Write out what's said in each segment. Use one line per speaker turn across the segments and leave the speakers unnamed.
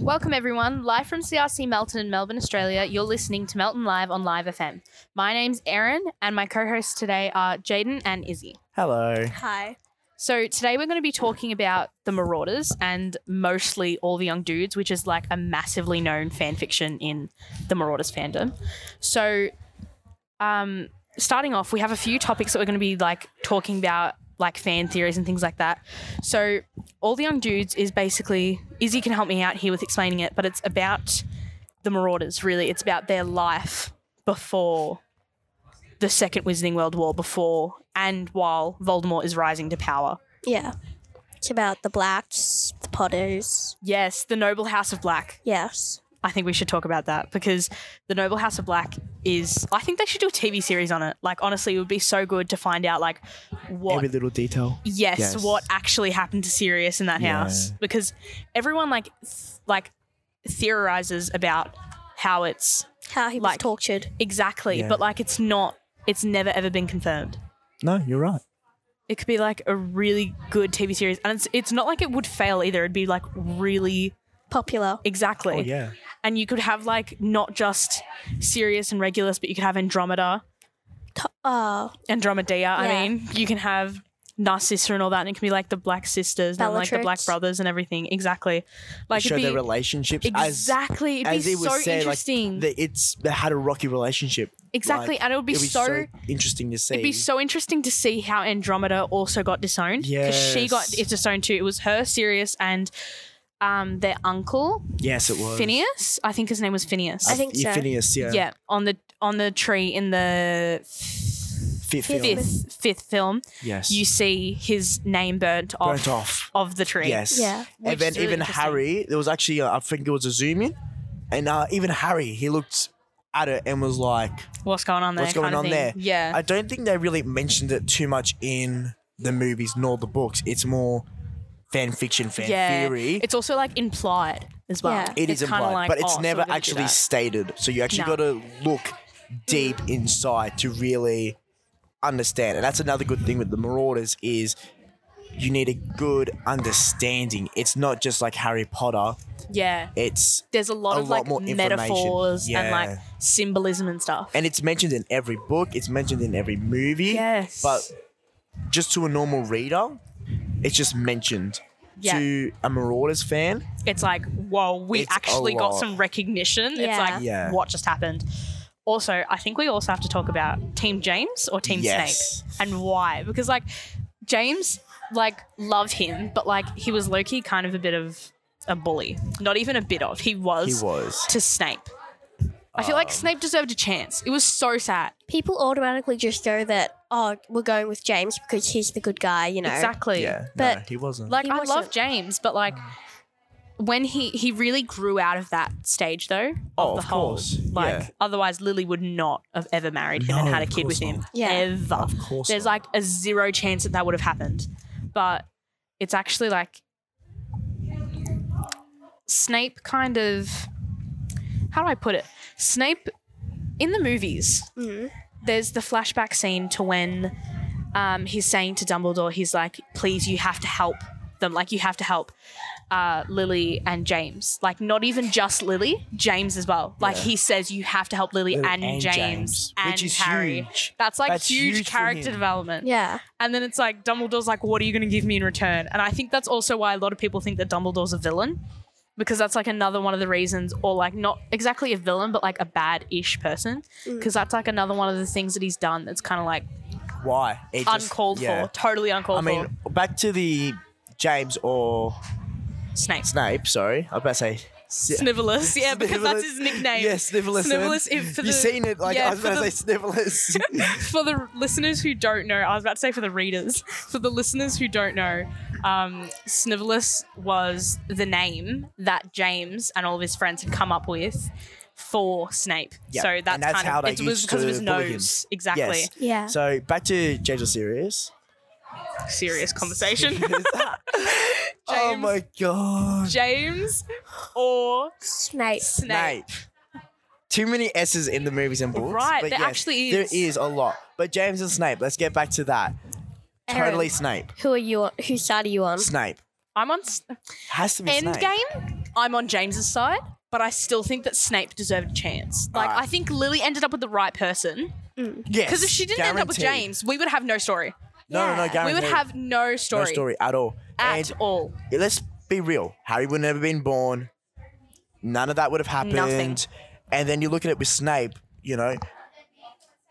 Welcome, everyone. Live from CRC Melton in Melbourne, Australia, you're listening to Melton Live on Live FM. My name's Erin, and my co hosts today are Jaden and Izzy.
Hello.
Hi.
So, today we're going to be talking about the Marauders and mostly All the Young Dudes, which is like a massively known fan fiction in the Marauders fandom. So, um, starting off, we have a few topics that we're going to be like talking about, like fan theories and things like that. So, All the Young Dudes is basically Izzy can help me out here with explaining it, but it's about the Marauders. Really, it's about their life before the Second Wizarding World War, before and while Voldemort is rising to power.
Yeah. It's about the blacks, the potters.
Yes, the Noble House of Black.
Yes.
I think we should talk about that because the Noble House of Black is. I think they should do a TV series on it. Like, honestly, it would be so good to find out like what
Every little detail.
yes,
Yes.
what actually happened to Sirius in that
Yeah.
house because everyone like th- like theorizes about how it's
How he was
Like-
tortured.
exactly,
Yeah.
but like it's not it's never ever been confirmed.
No, you're right.
It could be like a really good TV series and it's it's not like it would fail either. It'd be like really
Popular.
exactly.
Oh yeah.
And you could have like not just Sirius and Regulus, but you could have Andromeda,
Co- uh,
Andromedea.
Yeah.
I mean, you can have Narcissa and all that, and it can be like the Black Sisters and like the Black
Bellatrix.
Brothers and everything. Exactly. Like it'd
Show
be
their relationships
exactly. it'd
as
be
as it was
so
said, like
interesting.
the, it's they had a rocky relationship.
exactly,
like,
and it would be,
It'd
so.
interesting to see.
It'd be so interesting to see how Andromeda also got disowned. she got
Yes.
it disowned too. It was her, Sirius, and um, their uncle
yes, it was
Phineas. I think his name was Phineas.
I think so.
Phineas, yeah.
yeah. on the on the tree in the f-
Fifth film.
fifth fifth film,
Yes.
you see his name burnt off
burnt off.
of the tree.
Yes.
Yeah.
Which
And then
is really
even
interesting.
Harry, there was actually uh, I think it was a zoom in, and uh, even Harry, he looked at it and was like,
what's going on there?
What's going
kind of
on
thing.
there?
Yeah,
I don't think they really mentioned it too much in the movies nor the books. It's more fan fiction, fan
yeah.
theory.
It's also like implied as well.
Yeah.
It is
kinda
implied,
like,
but it's
oh, so
never
we're gonna do
actually
that.
stated. So you actually
No.
got to look deep inside to really understand. And that's another good thing with the Marauders is you need a good understanding. It's not just like Harry Potter.
yeah.
It's
There's a lot
a
of
lot
like
more information.
metaphors and
Yeah.
like symbolism and stuff.
and it's mentioned in every book. It's mentioned in every movie.
yes,
But just to a normal reader, it's just mentioned.
Yeah.
To a Marauders fan,
it's like, whoa, we
It's a
actually got
lot.
some recognition. It's
Yeah.
like,
Yeah.
what just happened? Also, I think we also have to talk about Team James or Team
Yes.
Snape and why. Because, like, James, like, love him, but, like, he was low key kind of a bit of a bully. Not even a bit of. He
he
was,
was. Um,
to Snape. I feel like Snape deserved a chance. It was so sad.
People automatically just go that, oh, we're going with James because he's the good guy, you know.
Exactly.
Yeah, no,
But-
he wasn't.
Like
He
I
wasn't-
love James, but like when he he really grew out of that stage though.
Oh,
of the
of
whole
course,
like
yeah.
otherwise Lily would not have ever married him
No,
and had a
of
kid with
course
him.
not.
Yeah.
Ever.
Of course
There's
not.
like a zero chance that that would have happened. But it's actually like Snape kind of how do I put it? Snape in the movies,
Mm.
there's the flashback scene to when um, he's saying to Dumbledore, he's like, please, you have to help them. Like, you have to help uh, Lily and James. Like, not even just Lily, James as well. Like,
Yeah.
he says, you have to help Lily
Lily
and,
and
James,
James,
and
which is
Harry.
huge.
That's like
That's
huge,
huge for
character
him.
development.
Yeah.
And then it's like, Dumbledore's like, what are you going to give me in return? And I think that's also why a lot of people think that Dumbledore's a villain. Because that's like another one of the reasons, or like not exactly a villain, but like a bad ish person. Because that's like another one of the things that he's done that's kind of like
why? It just-
uncalled
yeah.
for, totally uncalled
I mean,
for.
back to the James or
Snape.
Snape. Sorry, I was about to say.
Snivelus, yeah, because that's
Snivelus.
his nickname.
Yes, Snivelus.
Snivelus, if for
You've
the-
seen it, like
yeah,
I was
for
about
the-
to say Snivelus.
for the listeners who don't know, I was about to say for the readers, for the listeners who don't know, um, Snivelus was the name that James and all of his friends had come up with for Snape.
Yeah,
So
and
that's,
that's
kind
how
of
they
it was
used
because of
to
his
bully him.
nose. Exactly.
Yes.
Yeah.
so back to James or Sirius.
Serious conversation.
oh
James-
my god.
James or
Snape.
Snape.
Too many S's in the movies and books.
Right,
but
there
yes,
actually is.
There is a lot. But James and Snape, let's get back to that.
Aaron,
Totally Snape.
Who are you on? Whose side are you on?
Snape.
I'm on s-
Has to be Snape.
Endgame. I'm on James's side, but I still think that Snape deserved a chance. Like
Alright.
I think Lily ended up with the right person
Yes.
because if she didn't end up with
guaranteed.
James, we would have no story.
No, no, no,
Yeah.
We
guaranteed.
would have no
no
story,
story at all.
at
and
all.
let's be real. Harry would never been born. None of that would have happened.
Nothing.
And then you look at it with Snape, you know,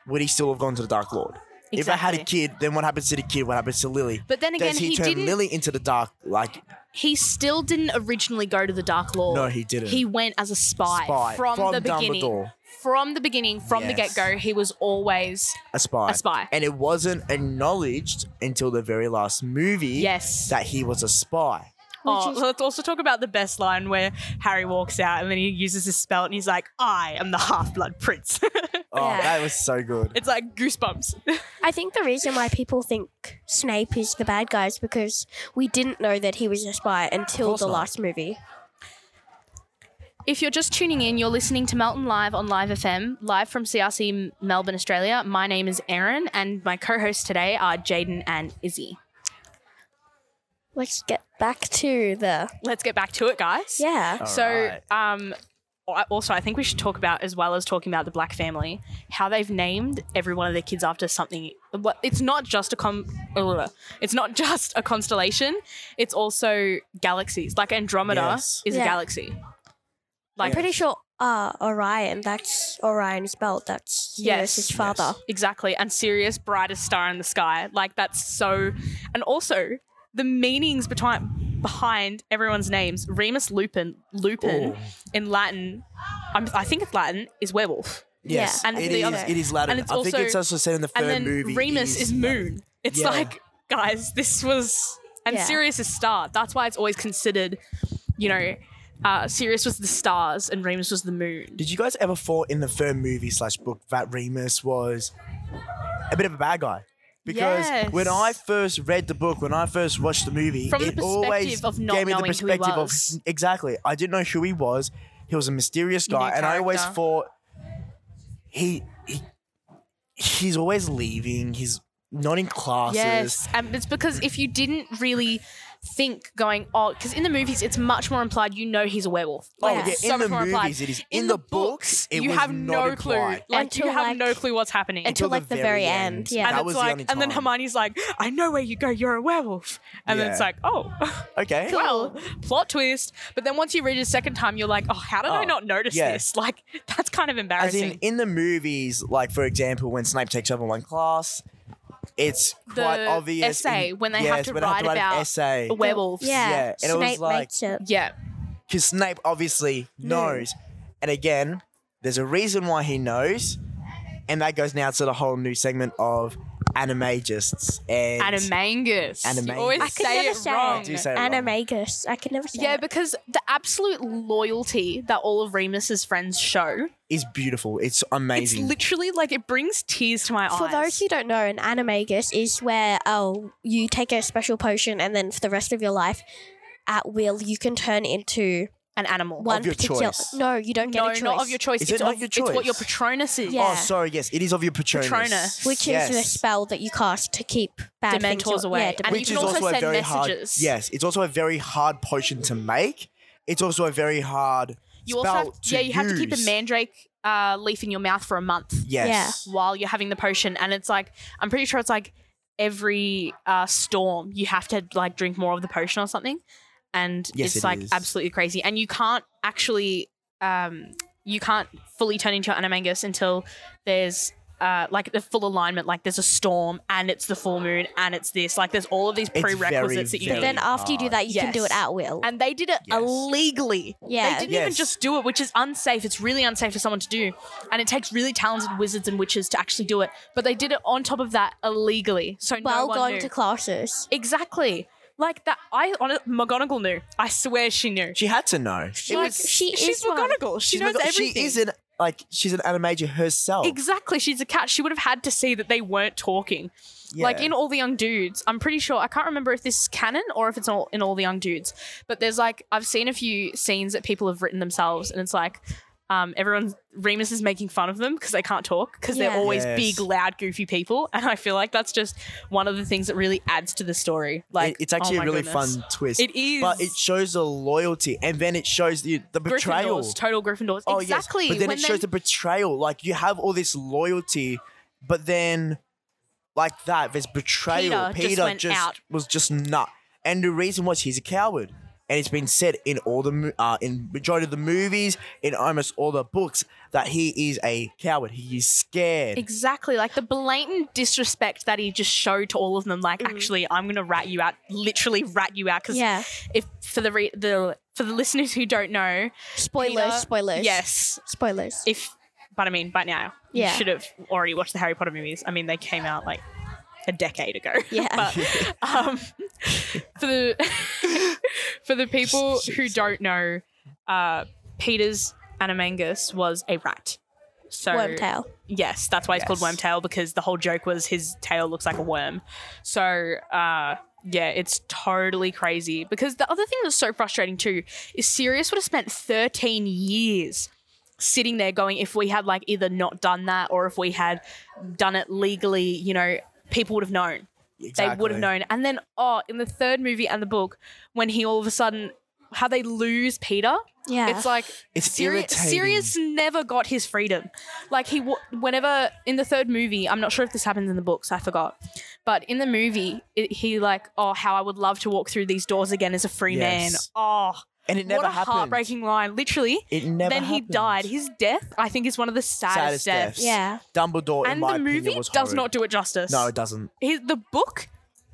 would he still have gone to the Dark Lord? If I had a
Exactly.
kid, then what happens to the kid? What happens to Lily?
But then again,
Does he,
he
turn
didn't-
Lily into the dark? Like
He still didn't originally go to the Dark Lord.
No, he didn't.
He went as a spy,
Spy
from,
from
the beginning.
Dumbledore.
From the beginning, from the
Yes.
get go, he was always
a spy.
A spy.
And it wasn't acknowledged until the very last movie.
Yes.
That he was a spy.
Oh,
is-
let's also talk about the best line where Harry walks out and then he uses his spell and he's like, I am the half blood prince.
Oh,
Yeah.
that was so good.
it's like goosebumps.
I think the reason why people think Snape is the bad guy is because we didn't know that he was a spy until
course
the
not.
last movie.
If you're just tuning in, you're listening to Melton Live on Live FM, live from CRC Melbourne, Australia. My name is Erin and my co hosts today are Jaden and Izzy.
Let's get back to the
Let's get back to it, guys.
yeah.
So, um, I- also, I think we should talk about, as well as talking about the black family, how they've named every one of their kids after something. What it's not just a com, ugh. it's not just a constellation. It's also galaxies. Like Andromeda
Yes.
is a
Yeah.
galaxy.
I'm
Like
pretty sure uh, Orion. That's Orion's belt. That's
Yes.
Sirius's father.
exactly, and Sirius, brightest star in the sky. Like that's so, and also the meanings between behind everyone's names. Remus Lupin, Lupin
Ooh.
in Latin, I'm, I think it's Latin, is werewolf.
yes,
yeah. And
it
the
is.
other-
it is Latin.
and it's
I think
also-
it's also said in the third
and then
movie.
Remus is, Moon. It's
Yeah.
like, guys, this was and
Yeah.
Sirius is star. That's why it's always considered, you know, uh, Sirius was the stars and Remus was the moon.
Did you guys ever thought in the third movie slash book that Remus was a bit of a bad guy? Because
Yes.
when I first read the book, when I first watched the movie,
From the
it always
perspective of not
gave me the
knowing who he
perspective
was.
of exactly. I didn't know who he was. He was a mysterious guy,
Unique
and I always
character.
thought he, he he's always leaving. He's not in classes.
Yes, and it's because if you didn't really think going, oh, because in the movies it's much more implied. You know he's a werewolf.
Oh
Like,
yeah,
it's
in
so
the
much more
movies
implied.
it is.
In, the books,
it
you
was
have
not
no clue.
implied.
Like you
Until,
have
like-
no clue what's happening.
until, like, the very end, yeah.
and
that
it's
was the
like,
only
and then
time.
Hermione's like, "I know where you go. You're a werewolf." And then it's
Yeah.
like, "Oh,
Okay.
well, plot twist. But then once you read it a second time, you're like, oh, how did
Oh,
I not notice
yeah.
this? Like, that's kind of
As
embarrassing.
in, in the movies, like for example, when Snape takes over one class, it's
The
quite obvious.
essay,
in-
when they
yes,
have to
when they
write about
an essay.
Werewolves.
Yeah.
Yeah, and it was
Snape
like-
makes it.
Yeah.
Because Snape obviously
Hmm.
knows. And again, there's a reason why he knows. And that goes now to the whole new segment of animagists. And
Animangus. You
Animangus.
always
I
could
say
never
it
say
wrong.
it.
Do you say it wrong?
Animagus. I can never say.
yeah,
it.
because the absolute loyalty that all of Remus's friends show,
is beautiful. It's
it's
amazing.
literally like it brings tears to my
For
eyes.
those who don't know, an animagus is where oh you take a special potion and then for the rest of your life, at will you can turn into
an animal.
one
your
particular.
choice.
No, you don't get
no,
a choice.
not of your choice.
Is
it's
it not
of,
your
It's what your
choice?
Patronus is.
Yeah.
Oh, sorry. Yes, it is of your Patronus.
Patronus.
Which
yes.
is the spell that you cast to keep bad things
Dementors
aw-
away.
Yeah,
And
Dementors.
you
Which
can
is
also
also a
send
very
messages.
hard. Yes, it's also a very hard potion to make. It's also a very hard.
You also have, yeah,
spell
you have to keep the
use.
mandrake uh, leaf in your mouth for a month.
Yes.
while you're having the potion and it's like i'm pretty sure it's like every uh, storm you have to like drink more of the potion or something and
Yes,
it's
it
like
is.
absolutely crazy and you can't actually um, you can't fully turn into your animagus until there's uh, like the full alignment like there's a storm and it's the full moon and it's this like there's all of these
very,
prerequisites that you
very
need
But then after you do
hard.
that, you can do
Yes.
it at will.
and they did it
Yes.
illegally.
Yeah.
They didn't even
Yes.
just do it, which is unsafe. It's really unsafe for someone to do. And it takes really talented wizards and witches to actually do it. But they did it on top of that illegally. So
while
no one
going
knew.
to classes.
Exactly. Like that I on McGonagall knew. I swear she knew.
She had to know. She,
like,
was-
she
she's
is one.
McGonagall. She knows everything.
She is an like she's an animager herself.
Exactly. She's a cat. She would have had to see that they weren't talking.
Yeah.
Like in All the Young Dudes, I'm pretty sure, I can't remember if this is canon or if it's all in All the Young Dudes, but there's like, I've seen a few scenes that people have written themselves and it's like, Um, everyone, Remus is making fun of them because they can't talk because
Yeah.
they're always
Yes.
big, loud, goofy people, and I feel like that's just one of the things that really adds to the story.
Like,
Like,
it's actually
oh my
a really
goodness.
fun twist.
It is,
but it shows the loyalty, and then it shows the, the betrayal.
Gryffindors, total Gryffindors.
Oh, yes.
exactly.
But then
When
it shows the betrayal. Like you have all this loyalty, but then like that, there's betrayal.
Peter just went out.
was just nut. And the reason was he's a coward. And it's been said in all the mo- uh, in majority of the movies, in almost all the books, that he is a coward. He is scared.
Exactly, like the blatant disrespect that he just showed to all of them. Like, actually, I'm gonna rat you out, literally rat you out. Because
Mm. Yeah.
if for the re- the for the listeners who don't know,
Spoilers,
Peter-
spoilers.
yes,
Spoilers.
if but I mean, by now
Yeah.
you should have already watched the Harry Potter movies. I mean, they came out like a decade ago.
Yeah.
but um, for the for the people who don't know, uh, Peter's Animangus was a rat. So
Wormtail.
Yes, that's why it's called
Yes.
Wormtail because the whole joke was his tail looks like a worm. So, uh, yeah, it's totally crazy. Because the other thing that's so frustrating too is Sirius would have spent 13 years sitting there going, if we had like either not done that or if we had done it legally, you know, people would have known. They would have
Exactly.
known. And then, oh, in the third movie and the book, when he all of a sudden, how they lose Peter.
Yeah.
It's like
It's
Sirius,
irritating.
Sirius never got his freedom. Like he, wa- whenever in the third movie, I'm not sure if this happens in the books, I forgot, but in the movie, it, he like, oh, how I would love to walk through these doors again as a free man.
Yes.
Oh,
and it never
what a
happened.
heartbreaking line. Literally.
It never.
then he
happened.
died. His death, I think, is one of the saddest,
Saddest
deaths.
deaths.
yeah.
Dumbledore, in
And
my
the movie
opinion, was
does
horrid.
not do it justice.
No, it doesn't.
His, the book,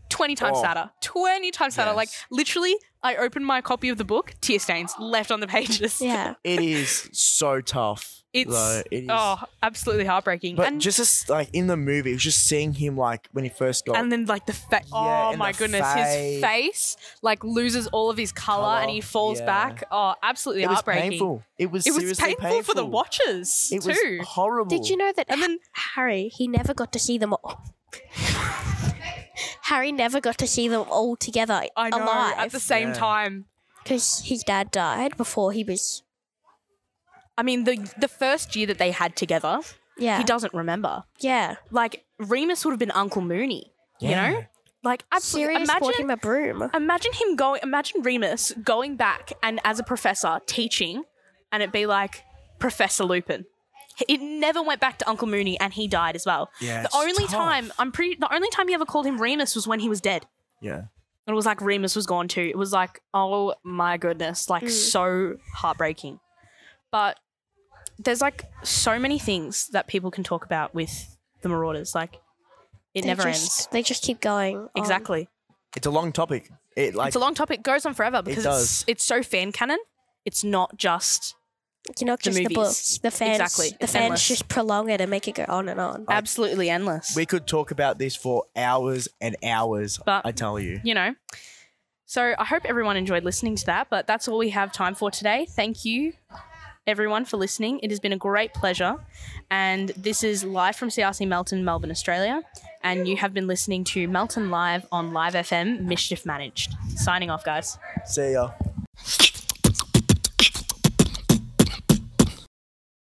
20 times
Oh.
sadder. 20 times sadder. Like,
Yes.
literally, I opened my copy of the book, tear stains left on the pages.
Yeah.
It is so tough.
It's
though. It is-
oh, absolutely heartbreaking.
But
and
just as, like in the movie, it was just seeing him like when he first got.
and then like the fa-
Yeah,
oh
and
my
the
goodness,
fa-
his face like loses all of his color, and
Colour,
he falls
yeah.
back. Oh, absolutely
it was
heartbreaking.
painful. It was
It was
seriously
painful, for the watchers
It was
too.
horrible.
Did you know that
and then
Harry, he never got to see them all. Harry never got to see them all together
I know at the
alive
same
Yeah.
time.
because his dad died before he was.
I mean the the first year that they had together,
Yeah.
he doesn't remember.
Yeah.
Like Remus would have been Uncle Mooney,
Yeah.
you know? Like absolutely.
Sirius
imagine
bought him a broom.
Imagine him going. Imagine Remus going back and as a professor teaching, and it'd be like Professor Lupin. It never went back to Uncle Mooney, and he died as well.
Yeah,
the
it's
only
tough.
time I'm pretty. The only time he ever called him Remus was when he was dead.
Yeah.
It was like Remus was gone too. It was like, oh my goodness, like so heartbreaking. But there's like so many things that people can talk about with the Marauders. Like it
They
never
just,
ends.
They just keep going. on.
Exactly.
It's a long topic. It like
it's a long topic. It goes on forever because
does.
it's it's so fan canon. It's not just
You know, just the,
movies.
books. The fans.
Exactly.
The
It's
fans
endless.
just prolong it and make it go on and on.
absolutely endless.
we could talk about this for hours and hours.
But-
I tell you.
you know. So I hope everyone enjoyed listening to that, but that's all we have time for today. Thank you everyone for listening. It has been a great pleasure. And this is live from CRC Melton, Melbourne, Australia. And you have been listening to Melton Live on Live FM Mischief Managed. Signing off, guys.
See ya.